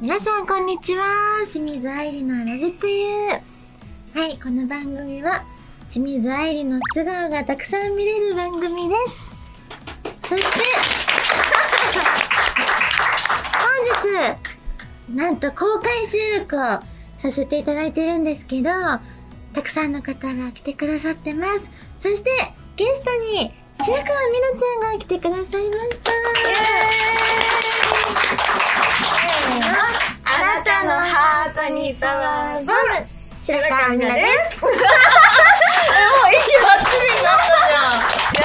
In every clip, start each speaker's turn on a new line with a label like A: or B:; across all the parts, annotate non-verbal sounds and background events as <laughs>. A: 皆さんこんにちは清水愛理のラジプユはいこの番組は清水愛理の素顔がたくさん見れる番組ですそして <laughs> 本日なんと公開収録をさせていただいてるんですけどたくさんの方が来てくださってますそしてゲストに白川みなちゃんが来てくださいました
B: あなたのハートにパワーボム
A: 白川みなです
B: もう息バッチリになったじゃ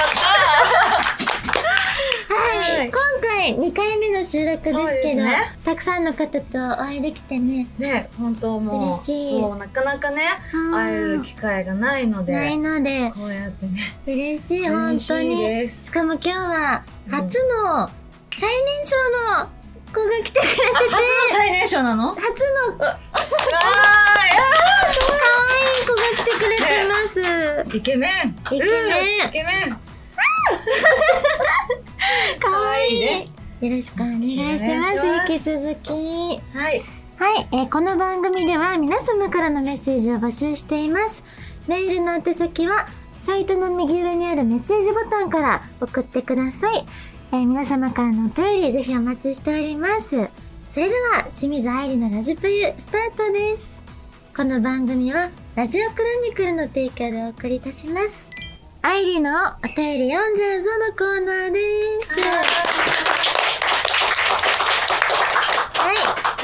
B: ん
A: はい、
B: はい
A: 今回2回目の収録ですけど
B: そうですね
A: たくさんの方とお会いできてね
B: ね本当もう
A: 嬉しい
B: そうなかなかね
A: うん
B: 会える機会がないので
A: ないので
B: こうやってね
A: 嬉しい本
B: 嬉し
A: 当
B: い
A: に
B: です
A: しかも今日は初の最年少の子が来てくれてて
B: あ初の最年少なのわーい
A: 初の可
B: あ
A: 愛い子が来てくれてます、
B: ーイケメン
A: イケメン
B: うんイケメン
A: 可愛い
B: 可愛いね
A: よろしくお願いします
B: お願
A: 引き
B: いします
A: 続き
B: はい
A: はい、えーこの番組では皆様からのメッセージを募集しています。メールの宛先は、サイトの右上にあるメッセージボタンから送ってください。えー皆様からのお便りぜひお待ちしております。それでは、清水愛理のラジプユ、スタートです。この番組は、ラジオクロニクルの提供でお送りいたします。愛理のお便り読んじゃうぞのコーナーです。はい、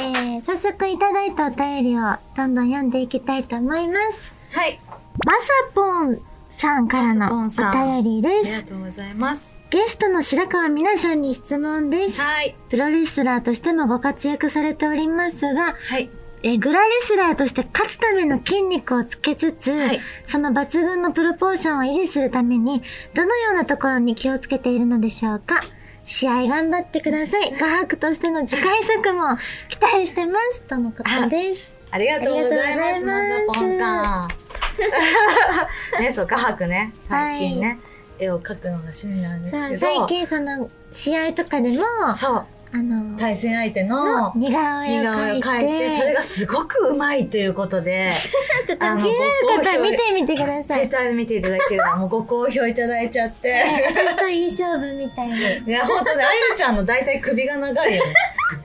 A: えー、早速いただいたお便りをどんどん読んでいきたいと思います。
B: はい
A: まさぽんさんから
B: まさぽ
A: のお
B: んさん
A: 便りで
B: ありが
A: す。
B: とうございます
A: ゲストの白川みなさんに質問です。
B: はい
A: プロレスラーとしてもご活躍されておりますが、
B: はい
A: えーグラレスラーとして勝つための筋肉をつけつつ、
B: はい
A: その抜群のプロポーションを維持するために、どのようなところに気をつけているのでしょうか試合頑張ってください。画伯としての次回作も期待してます。とのことです。
B: ありがとうございま
A: あり
B: す、
A: がとう
B: ま
A: ござ
B: さぽ
A: い
B: ん
A: ま
B: さ <laughs> ん。ね、そう、画伯ね、最近ね、絵を描くのが趣味なんです
A: さ
B: け
A: あ最
B: ど。
A: 近その試合とかでも、あ
B: そう、
A: の、
B: 対戦相手
A: の
B: の
A: 似顔
B: 似
A: 絵を
B: 顔絵
A: 描
B: を
A: い
B: 描いて、それ
A: て、
B: がすごくうまいということ <laughs> で、
A: ちょっと気
B: あの
A: になる方は見てみてくださ
B: ツイッ
A: い。
B: ターで見ていただければ、もうご好評いただいちゃって。 <laughs>
A: 私といい勝負みたいに。なんで
B: いや、本当ね、アイルちゃんの大体首が長いよ <laughs> ね。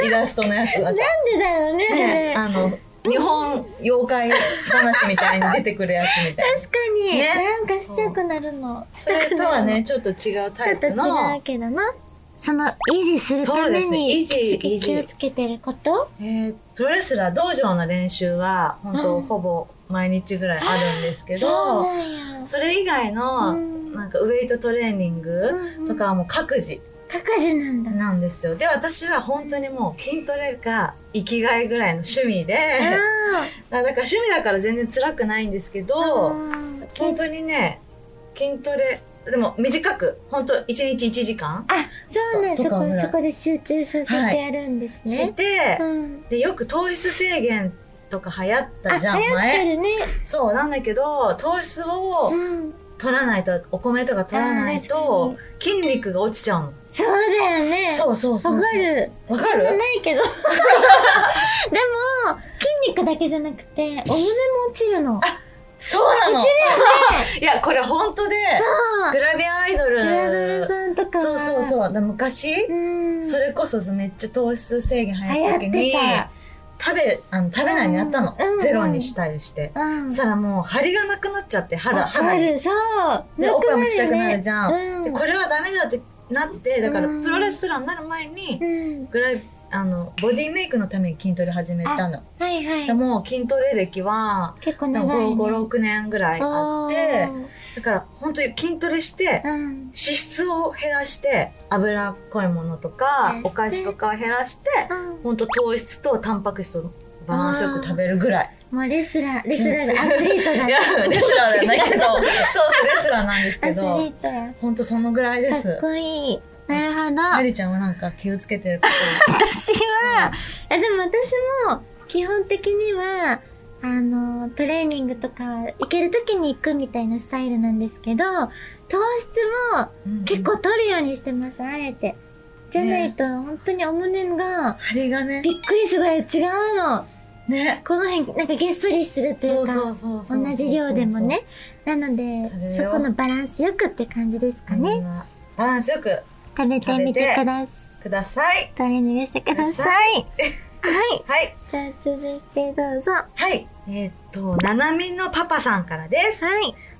B: イラストのやつだか
A: だ
B: ら。
A: ろうね、そ
B: ね、
A: れ。
B: あの、日本妖怪話みたいに出てくるやつみたいな。
A: 確かに、
B: ね
A: なんかしちゃくなるの。し
B: <laughs> そ
A: た
B: れ
A: く
B: と
A: な
B: は
A: るの。
B: ね、ちょっと違うタイ
A: ちょ
B: プ
A: っと違
B: の
A: う。けどな。その、維持するために、
B: そうですね維持
A: 気
B: 維持
A: 気をつけてること
B: えープロレスラー道場の練習は本当、
A: うん
B: ほぼ毎日ぐらいあるんですけ
A: そう
B: どそ
A: なんや。
B: れ以外の、
A: うん
B: なんかウェイトトレーニング
A: うん
B: とかはもう各自
A: 各自なん
B: <laughs>
A: だ。
B: なんですよで私は本当にもう筋トレが生きがいぐらいの趣味で、 <laughs> だから趣味だから全然辛くないんですけど、
A: うん
B: 本当にね筋トレでも短く本当一1日1時間
A: あ、そうなん
B: と
A: そ
B: か
A: こ、
B: ね
A: そこで集中させてやるんです
B: し
A: ね。
B: て、
A: うん。
B: でよく糖質制限とか流行った
A: あ、
B: じゃん
A: 流行ってるね。
B: そうなんだけど糖質を
A: うん。
B: 取らないとお米とか取らない
A: あー
B: と筋肉が落ちちゃうの、
A: そうだよね。
B: そうそうそうそう
A: わかる。
B: わかる
A: そんなない
B: <laughs>
A: けど。でも、筋肉だけじゃなくて、お胸も落ちるの。
B: そうなの
A: 落ちるよ
B: <laughs>
A: ね。
B: いやこれ本当で
A: そう
B: グラビアアイド
A: グラドル
B: ル
A: さんとかは
B: そうそうそうで昔、
A: うん。
B: それこそめっちゃ糖質制限
A: 流
B: 流
A: 行
B: 行っ
A: った
B: 時
A: て
B: に
A: た。
B: 食べあの食べないになったの、
A: うんうん
B: ゼロにしたりして、
A: うん。
B: そしたらもう張りがなくなっちゃって肌
A: わ
B: 肌
A: か
B: に
A: る、そう。
B: で
A: な
B: おっ
A: く
B: ぱいも
A: な
B: ちっちゃくなるじゃん、
A: う
B: で
A: ん。
B: これはダメだってなってだから
A: うん
B: プロレスラーになる前に、
A: うん。
B: ぐらいあのボディメイクのために筋トレ始めたの、
A: はいは
B: で
A: い。
B: もう筋トレ歴は
A: 結構長い、ね。
B: 56年ぐらいあってだから本当に筋トレして
A: おーうん。
B: 脂質を減らして脂っこいものとか
A: 減らして
B: お菓子とかを減らして
A: うん
B: 本当糖質とタンパク質をバランスよく食べるぐらい。
A: もうレスラー、レスラーだ、アスリートだ。
B: いや、レスラーじゃないけど、
A: <laughs>
B: そう、レスラーなんです
A: ア
B: け
A: スリー
B: ど、
A: トや。
B: ほんとそのぐらいで
A: かっ
B: す。
A: こいい。なるほど。
B: ありちゃんはなんか気をつけてるこ
A: <laughs> 私は、あでも私も基本的には、あの、トレーニングとか行ける時に行くみたいなスタイルなんですけど、糖質も
B: と。うん
A: 結構取るようにしてます、あえて。じゃないと、本当にお胸が、
B: 針がね。
A: びっくりするぐらい違うの。
B: ね。
A: この辺、なんかげっそりするとい
B: そうう
A: か、
B: そうそうそう。
A: 同じ量でもね。なので
B: 食べ、よ
A: そうこのバランスよくって感じですか
B: そうそうそう。みん
A: ね。
B: なバランスよく
A: 食べてみてください。
B: ください。
A: トレーニングしてください。はい。
B: はい。
A: じゃあ続いてどうぞ。は
B: はい。えーっと、ななみのパパさんからです。
A: い。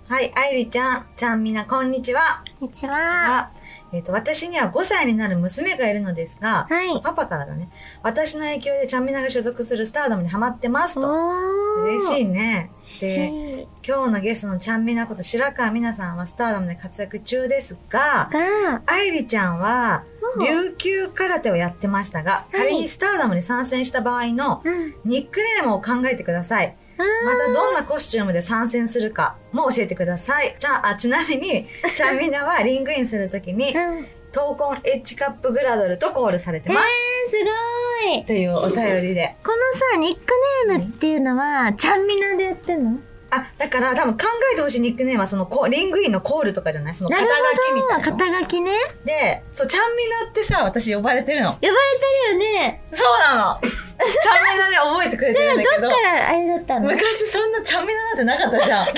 B: はい。あいりちゃん、ちゃんみな、こんにちは。
A: こんにちは。
B: はえーっと、私には5歳になる娘がいるのですが、
A: はい。
B: パパからだね。私の影響でちゃんみなが所属するスターダムにハマってますと。
A: おー。
B: 嬉し
A: い。
B: いね。で、
A: 嬉しい。
B: 今日のゲストのちゃんみなこと白川みなさんはスターダムで活躍中ですが、
A: が、
B: 愛理ちゃんは
A: うん
B: 琉球空手をやってましたが、
A: い
B: 仮にスターダムに参戦した場合の
A: うん。
B: ニックネームを考えてください。
A: あ
B: またどんなコスチュームで参戦するかも教えてください。ちゃん、あ、ちな
A: <laughs>
B: みに、ちゃんみなはリングインするときに、
A: ー。うん。え
B: 闘魂エッジカップグラドルとコールされて
A: ー、す
B: ます。
A: ごい。
B: というお便りで。
A: このさ、ニックネームっていうのは、ちゃんみなでやってんの
B: あ、だから多分考えてほしいニックネームはそのコーリングインのコールとかじゃないその
A: な
B: 肩
A: る
B: 書きみた
A: ほ
B: い
A: ど。
B: な。
A: 肩書きね。
B: で、そう、ちゃんみなってさ、私呼ばれてるの。
A: 呼ばれてるよね。
B: そう
A: <laughs>
B: なの。ちゃんみなで覚えてくれてるんだけど
A: だか。ら、あれだ
B: <laughs>
A: ったの。
B: 昔そんなちゃんみななんてなかったじ <laughs> ゃん。そう、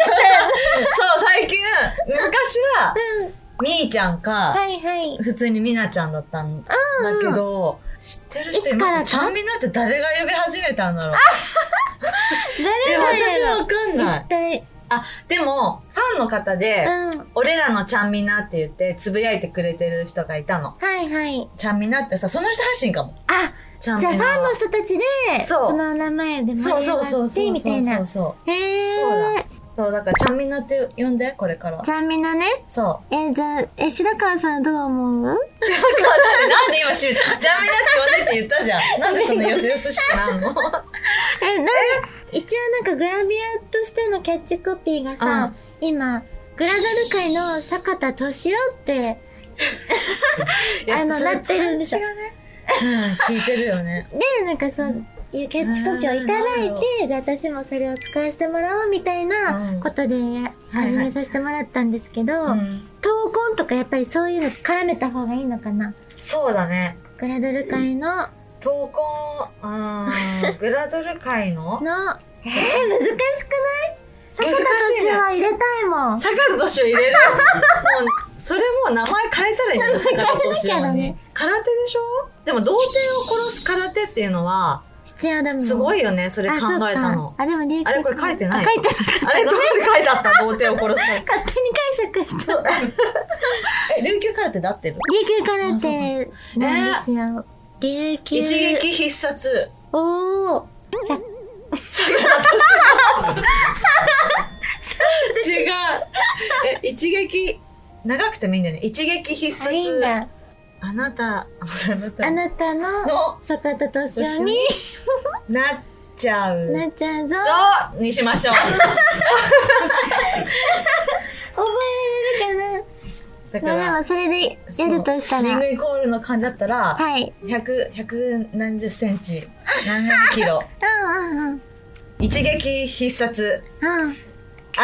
B: 最近、昔は、
A: うん。
B: みーちゃんか、
A: はいはい。
B: 普通にみなちゃんだったんだけど、知ってる人い
A: いつから
B: ま
A: か
B: すちゃんみなって誰が呼び始めたんだろう。
A: 誰
B: え、
A: なん
B: 私
A: や
B: は
A: ろ
B: わかんない
A: 一。体。
B: あ、でも、ファンの方で、
A: うん。
B: 俺らのちゃんみなって言って、つぶやいてくれてる人がいたの。
A: はいはい。
B: ちゃんみなってさ、その人発信かも。
A: あ、
B: ちゃんみ
A: じゃ
B: な
A: あ
B: は。
A: ファンの人たちで、
B: そう
A: その名前で盛り
B: そう
A: 上
B: そう
A: が
B: そ
A: っ
B: うそ
A: て、
B: う
A: みた
B: そ
A: いう
B: そ
A: な
B: う。そう。
A: へ
B: そ
A: え
B: うだ。そう、だからちゃんみなって呼んで、これから
A: じ。ゃあみんなね。
B: そう。
A: えーじゃあ、え、白川さんどう思う
B: <laughs> なんで今知るちゃんみなって呼んでって言ったじゃん。なんでそんなよそよそしくなん <laughs> の
A: え、なんか一応なんかグラビアとしてのキャッチコピーがさ、今、グラダル界の坂田敏夫
B: <laughs>
A: って、あの、なってるんです
B: よ。
A: よ。
B: うん、聞いてるよね。
A: で、なんかそういうキャッチコピーをいただい
B: あ
A: て、じゃあ私もそれを使わせてもらおうみたいなことで
B: はい
A: 始めさせてもらったんですけど、
B: うん。
A: 闘魂とかやっぱりそういうの絡めた方がいいのかな
B: そうだね。
A: グラドル界の、の、
B: 投稿、うーん、グラドル界
A: えー、難し
B: の <laughs>
A: くない坂田
B: 難しい
A: 敏
B: ね
A: 夫は入れたいもん。
B: 坂田敏夫入れるもうそれもう名前変えたらいいんだよ
A: 変え
B: 坂
A: な
B: <laughs>
A: きゃ
B: 田敏夫
A: だ
B: に
A: ね
B: 空手でしょでも童貞を殺す空手っていうのは
A: 必要だもん。
B: すごいよねそれ考
A: あ、そう
B: えたの
A: かあ、でも琉球
B: あれこれ書いてない
A: あ書いてない。
B: あれどこに書いてあった童貞を殺す空手
A: 勝手に解釈しちゃった。琉
B: <laughs> え琉球空手で合ってる
A: 球空手なんですよ。琉球。
B: 一撃必 <laughs> 殺
A: おー。さ
B: 違うえ一撃長くてもいいんだよね一撃必
A: あ
B: 殺
A: いいんだ。
B: あなたあなた
A: あなたの
B: の
A: 坂田敏夫に
B: なっちゃう
A: なっちゃうぞ。
B: ぞにしましょう
A: <laughs> 覚えられる
B: だ
A: かなまあでもそれでやるとした
B: そうリン
A: ら
B: グ。インコールの感じだったら、
A: はい。
B: 100、100何十センチ、何何
A: <laughs>
B: キロ、
A: うんうん
B: <laughs>
A: うん。
B: 一撃必殺、 <laughs>
A: うん。
B: あ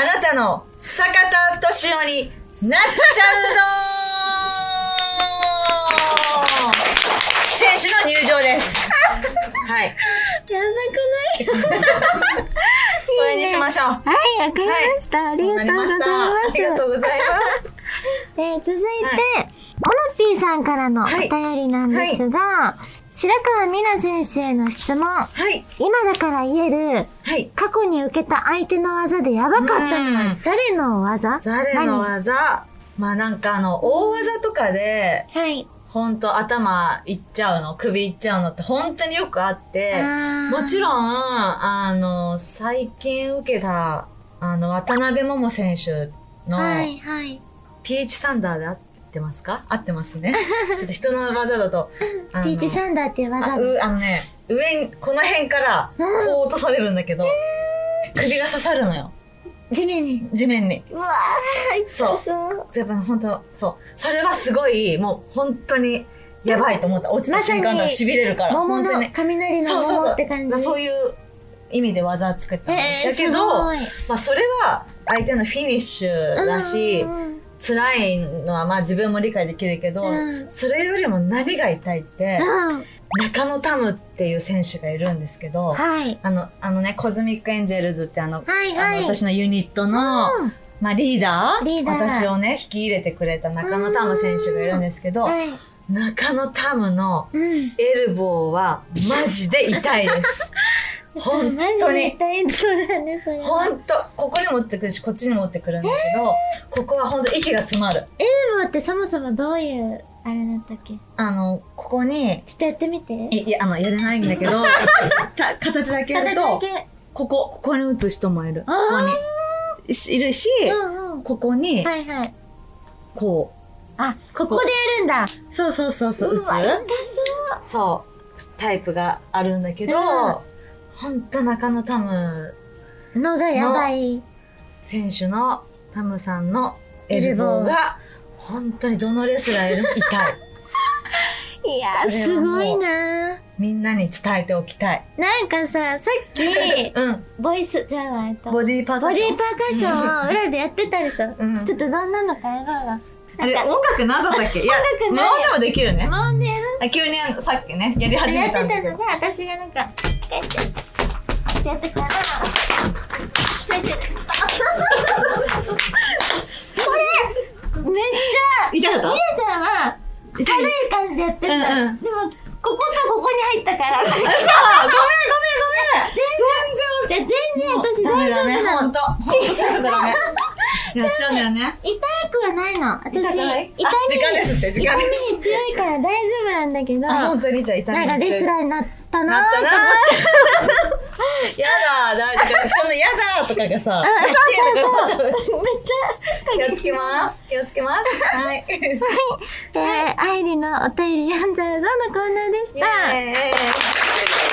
B: なたの坂田敏夫になっちゃうぞー選手の入場です。はい。
A: やばくない
B: それにしましょう。は
A: はい、わかりました。ありがとうございます。
B: ありがとうございます。
A: えー続いて、オノピーさんからのお
B: はい
A: 便りなんですが、白川美奈選手への質問。
B: はい。
A: 今だから言える、
B: はい。
A: 過去に受けた相手の技でやばかったの
B: う
A: は
B: ん
A: 誰の技
B: 誰の
A: 何
B: 技まあなんかあの、大技とかで、
A: はい。
B: ほんと頭いっちゃうの、首いっちゃうのって本当によくあって、もち
A: ん。
B: ろん、あの、最近受けた、あの、渡辺桃選手の、
A: はい、はい。
B: ピーチサンダーで合ってますか合ってます
A: <laughs>
B: ね。ちょっと人の技だと、あの
A: ピーチサンダーっていう技。
B: あうあのね、上に、この辺から、こう落とされるんだけど、首が刺さるのよ。
A: 地面に。
B: 地面に。
A: うわー、痛そう。
B: やっぱ本当そう。それはすごい、もう本当に、やばいと思った。落ちた瞬間から痺れるから。
A: 桃
B: 本当
A: の
B: に、。
A: 雷の
B: そうそう
A: 桃
B: そう。
A: って感
B: だから
A: じ。
B: そういう意味で技を作ったんだ
A: えー、
B: け
A: す
B: ど、
A: ごい。
B: まあそれは相手のフィニッシュだし、
A: うんうんうん
B: 辛いのはまあ自分も理解できるけど、
A: うん
B: それよりも何が痛いって、
A: うん。
B: 中野タムっていう選手がいるんですけど、
A: はい。
B: あの、あのね、コズミックエンジェルズってあの、
A: はい
B: あ
A: はい。
B: の私のユニットの、
A: うん
B: まあリーダー
A: リーダー
B: 私をね、引き入れてくれた中野タム選手がいるんですけど、
A: はい。
B: 中野タムの
A: うん。
B: エルボーはマジで痛いです。本当
A: <laughs> マジで
B: に。
A: 痛いそうだね、それは。
B: 本当ここに持ってくるし、こっちに持ってくるんだけど、ここは本当息が詰まる。
A: ルボーってそもそもどういう、あれだったっけちょ
B: あの、ここに、
A: っとやってみて。
B: いいや、あの、やれないんだけど、た形だけやる
A: 片
B: と
A: 手、だ
B: ここ、ここに打つ人もいる。こ
A: あー
B: こに、しいるし、
A: け。うんうん。
B: ここに、
A: はいはい。
B: こ
A: あ、ここでやるんだ。
B: う、そうそうそうそう、打
A: わ痛そう
B: つ。そう、タイプがあるんだけど
A: うん、
B: ほんと中野タム
A: のがやばい。
B: 選手の、タムさんのエルボー
A: エルボ
B: が、本当にどのレスラーよりも痛い。
A: いやー、
B: これは
A: す
B: も
A: ご
B: う
A: いなー
B: みんなに伝えておきたい。
A: なんかさ、さっ
B: <laughs>
A: き、
B: うん。
A: ボイス、じゃあ、えっと、ボ
B: ボディーパー
A: ディー
B: ー
A: パーカッションを裏でやってたでしょ。
B: うん
A: ちょっとどんなのかやろうな。
C: あれ、音楽なんだったっけいや、
A: 音楽
B: 無
A: ない
B: 音でもできるね。
A: もうね、
B: あ急にあのさっきね、やり始
A: や
B: め
A: って
B: た
A: た
B: ん
A: の
B: だけど
A: で。、私がなんか、こうやって、こうやってやってたら、こうやって、これ、めっちゃ、
B: 痛かった
A: みやちゃんは、
B: 痛い
A: 軽い感じでやってた。
B: うんうん
A: でも、こことここに入ったから、全然、
B: あ
A: じゃ全然
B: ごめんごめんごめん
A: 私
B: ダ
A: 大
B: メ
A: 丈
B: だ
A: 夫
B: ね、
A: な
B: ほ
A: の。
B: んと。ほんとそういうとこダメ。やっちゃうんだよね。
A: 痛くはないの。私、
B: 痛
A: 痛
B: くない
A: みに
B: あ、時間ですって、時間で
A: 痛み
B: す。
A: に強いから大丈夫なんだけど、
B: あ、
A: な
B: ほ
A: ん
B: んとにじゃあ痛みに
A: かレスラーになったなー
B: なった
A: と
B: な <laughs>
A: 思って。
B: ーやだー、だーだから人のやだーとかが
A: そ
B: さ、
A: うそうそう。めっちゃ。
B: 気をつけます。気をつけます。はい。
A: えー、アイリのお便り読んじゃうぞのコーナーでし
B: イ
A: た。はい。
B: エーイ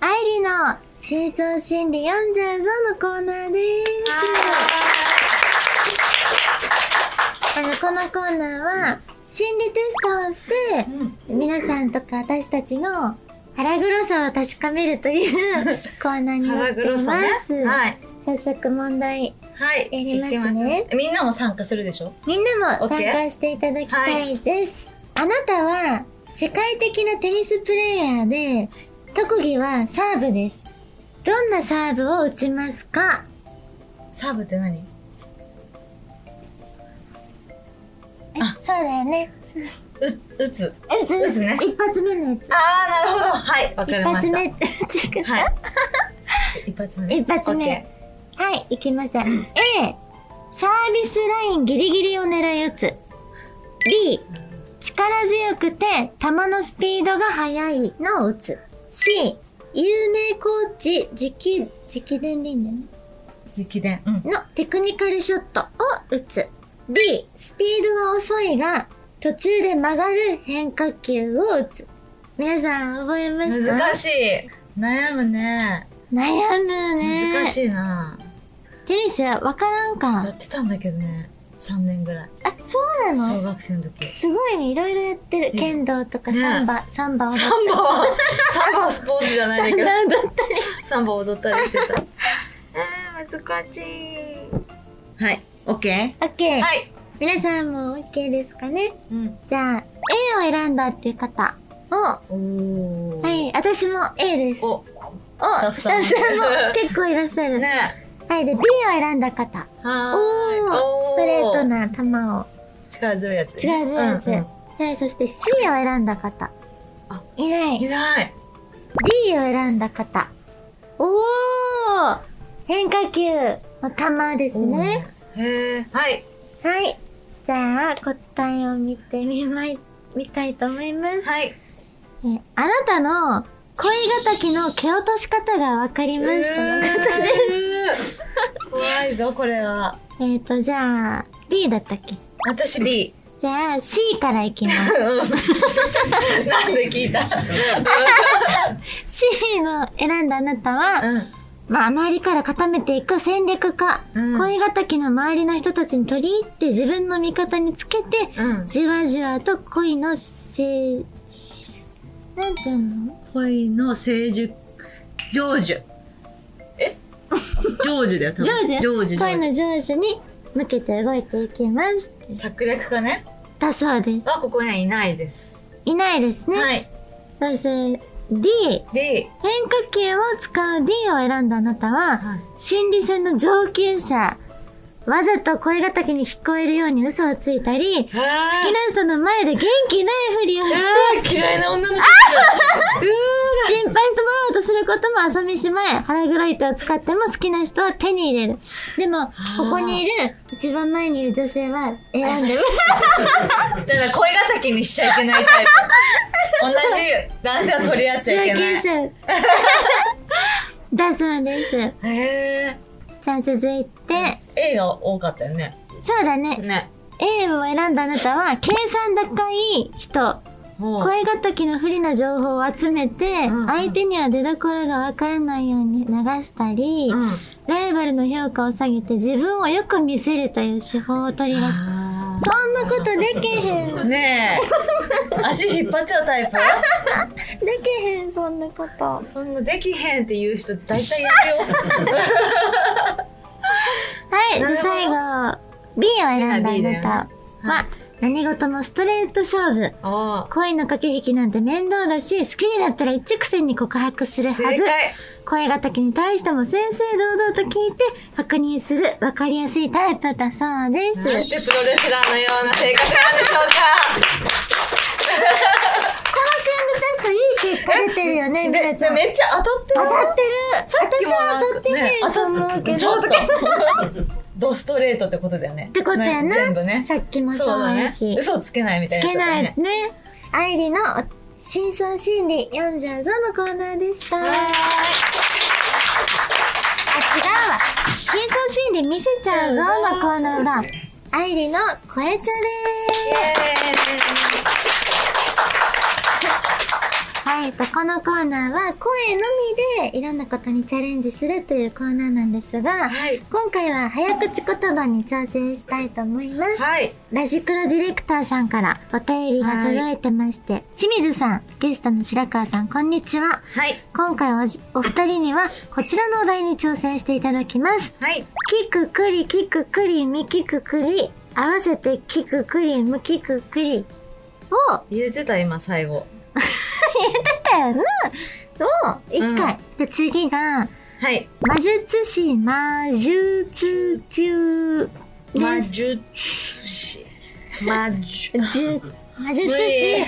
A: アイリの深層心理読んじゃうぞのコーナーです。あの、このコーナーは、心理テストをして、
B: うん
A: 皆さんとか私たちの腹黒さを確かめるという
B: <laughs>
A: コーナーにな
B: 腹
A: ってい
B: 黒さね
A: ます。。
B: はい。
A: 早速問題。
B: はい。
A: やりますね
B: 行きしょうみんなも参加するでしょ
A: みんなも
B: OK
A: 参加していただきたいです。あなたは世界的なテニスプレイヤーで、特技はサーブです。どんなサーブを打ちますか
B: サーブって何
A: えそうだよね。
B: う、打つ。
A: え、そう
B: 打つね
A: 一発目のやつ。
B: あー、なるほど。はい、わか
A: 一
B: りま
A: 発
B: した。
A: 目って違う
B: はい。 <laughs> 一発目。
A: 一発目。はい、いきます。A、サービスラインギリギリを狙い撃つ。B、力強くて球のスピードが速いのを打つ。C、有名コーチ直、直伝でいいんだよね。
B: 直伝。うん。
A: のテクニカルショットを打つ。D、スピードは遅いが、途中で曲がる変化球を打つ。皆さん覚えました
B: 難しい。悩むね。
A: 悩むね。
B: 難しいな。
A: テニスはわからん
B: や
A: か。
B: ってたんだけどね。3年ぐらい。
A: あ、そうなの
B: 小学生の時。
A: すごいね、いろいろやってる。
B: ね
A: 剣道とか
B: ね
A: サンバ、サンバ踊っ
B: サンバは、サンバはスポーツじゃないんだけど。 <laughs> サンバ踊ったりして <laughs> た。えー、難しい。はい。オッケ
A: オッケー。
B: ーはい。
A: 皆さんもオッケーですかね。
B: うん。
A: じゃあ、A を選んだっていう方を、は
B: おー。
A: い、私も A です。お、
B: お、
A: スタッフさんも結構いらっしゃる。
B: ね
A: はい、で、B を選んだ方。
B: え。は
A: お
B: ーい
A: ー、ストレート。な球を。
B: 力強いやつ。
A: 力強いやつ。
B: うんうん
A: はい、そして C を選んだ方
B: あ。
A: いない
B: い。ない。
A: D を選んだ方。おー変化球の球ですね。
B: へえ。はい。
A: はい。じゃあ、答えを見てみまい、見たいと思います。
B: はい。
A: えーあなたの恋敵の蹴落とし方がわかりましたの方です。
B: うー怖いぞ、これは。
A: <laughs> えっと、じゃあ、B だったっけ
B: 私 B。 <laughs>
A: じゃあ、C からいきま
B: なんで聞いた
A: す。C の選んだあなたは、
B: うん。
A: まあ、周りから固めていく戦略家。
B: うん
A: 恋敵の周りの人たちに取り入って自分の味方につけて、
B: うん。
A: じわじわと恋のせい、なんていうの
B: 恋の成熟、成就。えジョージだよ、多
A: ジョー
B: 分。
A: ジ
B: ジョージ、ジョ
A: 恋
B: ージ。
A: のジョージに向けて動いていきます。
B: 策略家ね。
A: だそうです。
B: は、ここにはいないです。
A: いないですね。
B: はい。
A: そして D。
B: で、
A: 変化球を使う D を選んだあなたは、
B: はい。
A: 心理戦の上級者。わざと声敵に聞こえるように嘘をついたり、好き
B: あ
A: な人の前で元気ないふりをして、
B: ー嫌いな女の子が。う
A: 心配してもらおうとすることも朝飯前、腹黒い糸を使っても好きな人は手に入れる。でも、ここにいる、一番前にいる女性は選んでる。
B: ーだから声敵にしちゃいけないタイプ。同じ男性は取り合っちゃいけ <laughs> な
A: 上
B: い。
A: 級者。 <laughs> だそうです。
B: へ
A: じゃあ続いて、
B: ー A が多かったよね。
A: そうだね。
B: ね。
A: A を選んだあなたは、計算高い人。
B: もう。
A: 声敵の不利な情報を集めて
B: うんう、ん
A: 相手には出どころがわからないように流したり、
B: うん。
A: ライバルの評価を下げて自分をよく見せるという手法を取りがち。<laughs>
B: あ
A: そんなことできへん。
B: ーねえ。足引っ張っちゃうタイプ
A: できへん、そんなこと。
B: そんなできへんって言う人大体やめ
A: <laughs>
B: よ
A: はい、じゃあ
B: なるほど
A: 最後、B を選んだあ
B: B だよ
A: な
B: ね
A: たは、
B: はい
A: 何事もストレート勝負。
B: う。おー
A: 恋の駆け引きなんて面倒だし、好きになったら一直線に告白するはず。
B: 正解。
A: 声がに対しても正々堂々と聞いて確認する、わかりやすいタイプだそうで
B: なん
A: す。
B: てプロレスラーのような性格なんでしょ
A: この心理テストいい結果出てるよね、みな
B: う
A: ちゃ
B: か。で、
A: ん。
B: めっちゃ当
A: 当
B: たってる。
A: たってる私は当たって
B: ね
A: へんと思うけど。
B: ちょっと。
A: <laughs>
B: ドストレートってことだよね。
A: ってことやな。
B: ね全部ね。
A: さっきも
B: そう
A: そう
B: だ
A: や
B: ね。
A: し。
B: 嘘つけないみた
A: つ
B: いなや
A: け
B: つだ
A: な
B: よ
A: い
B: ね。
A: ね。アイリの真相心理読んじゃうぞのコーナーでした。あ、違うわ。真相心理見せちゃうぞのコーナーだ。アイリの声茶で
B: イ
A: ー
B: エ
A: す。はい、とこのコーナーは声のみでいろんなことにチャレンジするというコーナーなんですが、
B: はい
A: 今回は早口言葉に挑戦したいと思います
B: ーイ。はい。
A: ラジクロディレクターさんからお便りが届いてまして、清水さん、ゲストの白川さん、こんにちは。
B: はい。
A: 今回おじお二人にはこちらのお題に挑戦していただきます。
B: はい。
A: キククリ、キククリ、ミキククリ、合わせてキククリ、ムキククリを、
B: 入れてた、今、最後。
A: だよな、を一回。で、次が、
B: はい。
A: 魔術師、魔術中
B: 魔
A: です。
B: 術師。魔術。
A: 魔術
B: 無
A: 師
B: 理、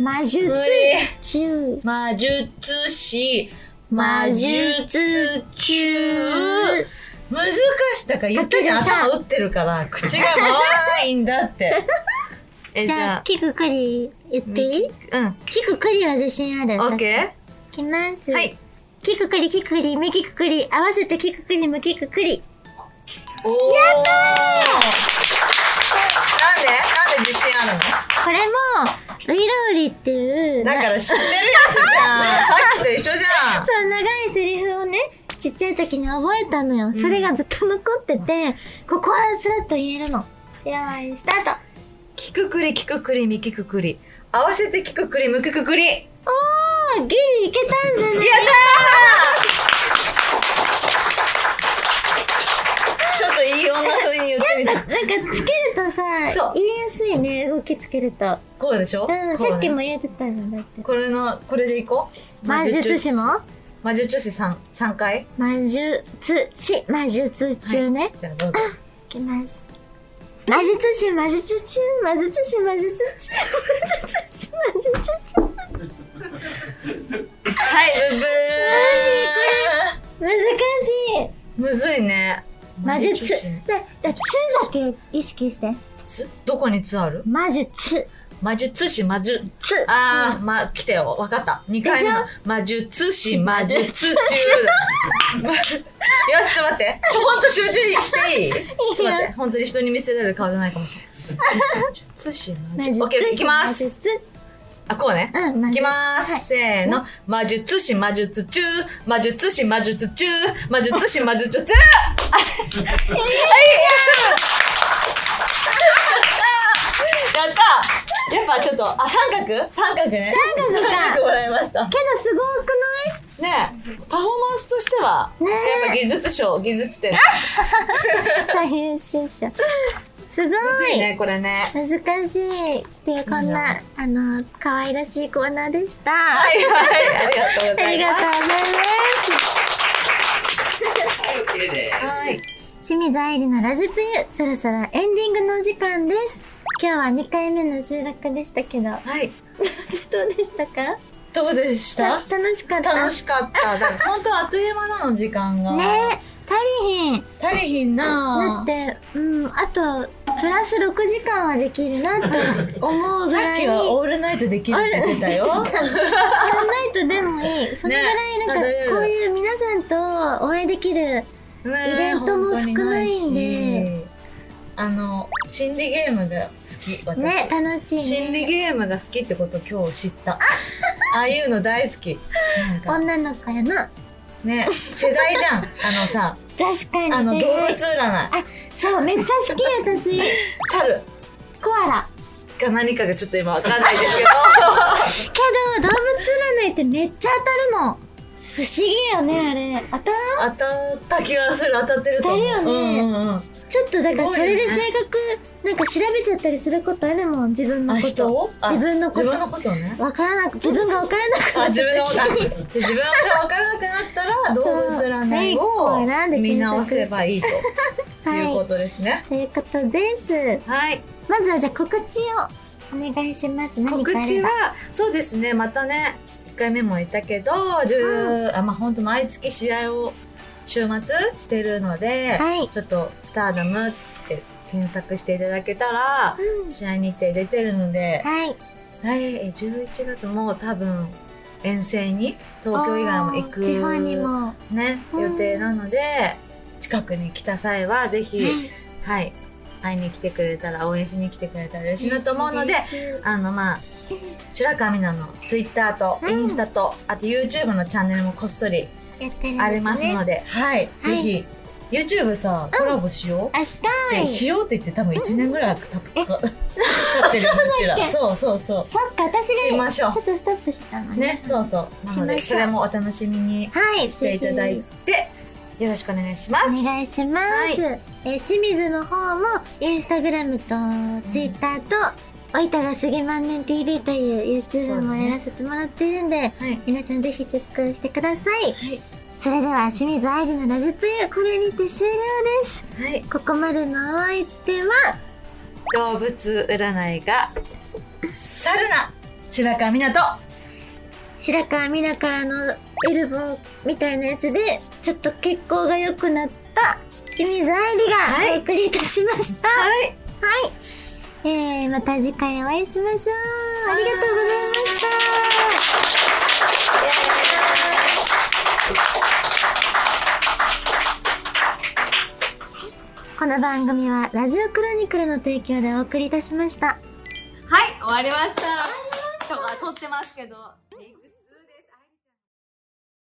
A: 魔術
B: 無理。
A: 中。
B: 魔術師。魔術中。難しいだから言ったじゃん
A: だけどさ
B: 頭打ってるから口が回らないんだって <laughs>
A: じ
B: えじ
A: ゃあ、
B: ゃ
A: キククリ言っていい
B: あ
A: キククリは自信あ
B: う
A: る。
B: んオッケ
A: 私いきます。
B: ーはい。
A: キククリ、キククリ、目キククリ、合わせてキククリ、無キククリ。
B: おおやったなんでなんで自信あるの
A: これも、ウイロウリっていう、、
B: だからら知ってるやつじゃんさっきと一緒じ <laughs> ゃん
A: そう、長いセリフをね、ちっちゃい時に覚えたのよ。それがずっと残ってて、ここはスラッと言えるの。よーい、スタート
B: キククリキククリミキククリ合わせてキククリムキククリやっ
A: おー、ギリいけたんじゃない
B: たーちょっといい女風に言ってみた
A: なんかつけるとさ
B: そう、
A: 言いやすいね、動きつけると。
B: こうでしょ、
A: うん、
B: こうね
A: さっきも言えてたんだって。
B: これのこれでいこう
A: 魔術師も
B: 魔術師さん3回
A: 魔術師、魔術中ね。い、
B: じゃあどうぞ
A: きます。魔術師、魔術中、魔術師、魔術中、魔術師、魔術中。
B: はい、ブブー
A: 難しい。
B: むずいね。
A: 魔術。
B: 魔
A: で、
B: 師
A: で、つだけ意識して。
B: つどこにつある
A: 魔術、
B: 魔術師、魔術。
A: つ。
B: あー、ま、来てよ。わかった。二回目の
A: でしょ。
B: 魔術師、魔術中 <laughs> だ。よし、ちょっと待って。ちょ、ほんと集中していいちょっと待って。本当に人に見せられる顔じゃないかもし
A: <laughs>
B: れない。魔術師、魔
A: 魔
B: 術。
A: 術
B: オッケー、いきま
A: 魔
B: す。
A: 術
B: あ、こうね。
A: うん魔
B: い
A: 術
B: きます、せーの。魔術師、魔術中。魔術師、魔術中。魔術
A: <laughs>
B: 師、魔術中。やったやっぱちょっと、あ、三角三角ね。
A: 三角か
B: 三角もらいました。
A: けどすごくない
B: ねえパフォーマンスとしては、
A: ね
B: やっぱ技術賞技術点
A: 最優秀賞。すご
B: いい
A: い
B: ねこれね
A: 難しい。っていう、こんな、あの、可愛らしいコーナーでした。
B: はいはいありがとうご
A: あ
B: ざ
A: り
B: い
A: が
B: ま
A: とうございます。
D: OK です
B: すはい
A: 清水愛理のラジプユ、そろそろエンディングのお時間です。今日は2回目の収録でしたけど、
B: はい
A: どうでしたか
B: どうでした
A: 楽しかった。
B: 楽しかった <laughs> だから本当あっという間なの時間が
A: ねえ、足りひん。
B: 足りひん
A: だっ
B: な
A: て、うん、あと、プラス6時間はできるな
B: <laughs>
A: って思うぐ
B: さっ
A: らい。
B: きはオールナイトできるって言ってたよ
A: やらないとでもいい。そのぐらい、なんか
B: ねそれ、
A: こういう皆さんとお会いできる。
B: ね
A: イベントも少ないんで
B: 本当にないしあの心理ゲームが好き私、
A: ね、楽しい
B: 心理
A: ね。
B: ゲームが好きってこと今日
A: <laughs>
B: 知ったああいうの大好きなんか
A: 女の子やな。
B: ね世代じゃんあのさ
A: 確かに。
B: あの動
A: <laughs> 世
B: 物占
A: 界
B: い
A: そう、めっちゃ好き、
B: <laughs>
A: 私。
B: 猿
A: コアラ。
B: か何かがちょっと今わかんないで
A: <laughs>
B: す
A: け
B: けど
A: ど、動物占いってめっちゃ当たるの。不思議よね、あれ。当たらん
B: 当たった気がする当たってると思う
A: だよね
B: うんうんうん
A: ちょっと、だから、
B: す
A: そ
B: ごい
A: れ
B: よね
A: で性格、なんか調べちゃったりすることあるもん、自分の
B: あ
A: こ
B: 人
A: と。
B: をあ
A: 自分のこと
B: 自分のことね
A: わから
B: <laughs>
A: なく、自分がわからなくなっ
B: あ
A: た
B: 自分のこと自分が分からなくなった
A: <laughs>
B: ら動物占い
A: そうはいこう選んで検
B: を
A: 索
B: 見直せばいいという
A: は
B: こ
A: い。
B: とですね
A: ということです。
B: はい
A: まずは、じゃあ、告知をお願いします。何
B: 告
A: かあ
B: 知
A: れば。
B: はそうですねまたね1回目も言ったけど、10あまあ本当毎月試合を週末してるので、
A: はい
B: ちょっと「スターダム」って検索していただけたら、
A: うん
B: 試合日程出てるので、
A: はい。
B: 来え11月も多分遠征に東京以外も行
A: あ
B: く
A: ー地方にも。
B: ね
A: うん
B: 予定なので、近くに来た際はぜひ、
A: はい
B: はい会いに来てくれたら応援しに来てくれたら嬉しいなと思うので
A: 嬉しいす
B: あのまあ白川美奈のツイッターと
A: うん
B: インスタと、あと YouTube のチャンネルもこっそり
A: やってるんですね
B: ありますのではい、
A: はい
B: ぜひ YouTube さコラボしよう
A: あした
B: って、
A: い
B: しようって言って多分1年ぐらい経った
A: え
B: か経ってるようち
A: そうだ
B: ら
A: っけ
B: そうそうそ
A: そっか私が
B: しましょう
A: ちょっとストップしてたの
B: うねそうそうな
A: しまし
B: の
A: ょう
B: でそれもお楽しみに
A: はい
B: していただい
A: ぜ
B: てよろしくお願いしま
A: ひお
B: す
A: 願いします、えー清水の方もインスタグラムとツイッターと、おいたがすぎ万年 TV という YouTube もやらせてもらっているんで、
B: はい
A: 皆さんぜひチェックしてください、
B: はい
A: それでは清水愛理のラジプユこれにて終了です
B: はい
A: ここまでのお相手は
B: 動物占いがサルナ白川美奈と
A: 白川美奈からのエルボーみたいなやつでちょっと血行が良くなった清水愛理がお送りいたしましたはい、えー、また次回お会いしましょうありがとうございましたこの番組はラジオクロニクルの提供でお送りいたしました
B: はい、終わりました。今日は撮ってますけど。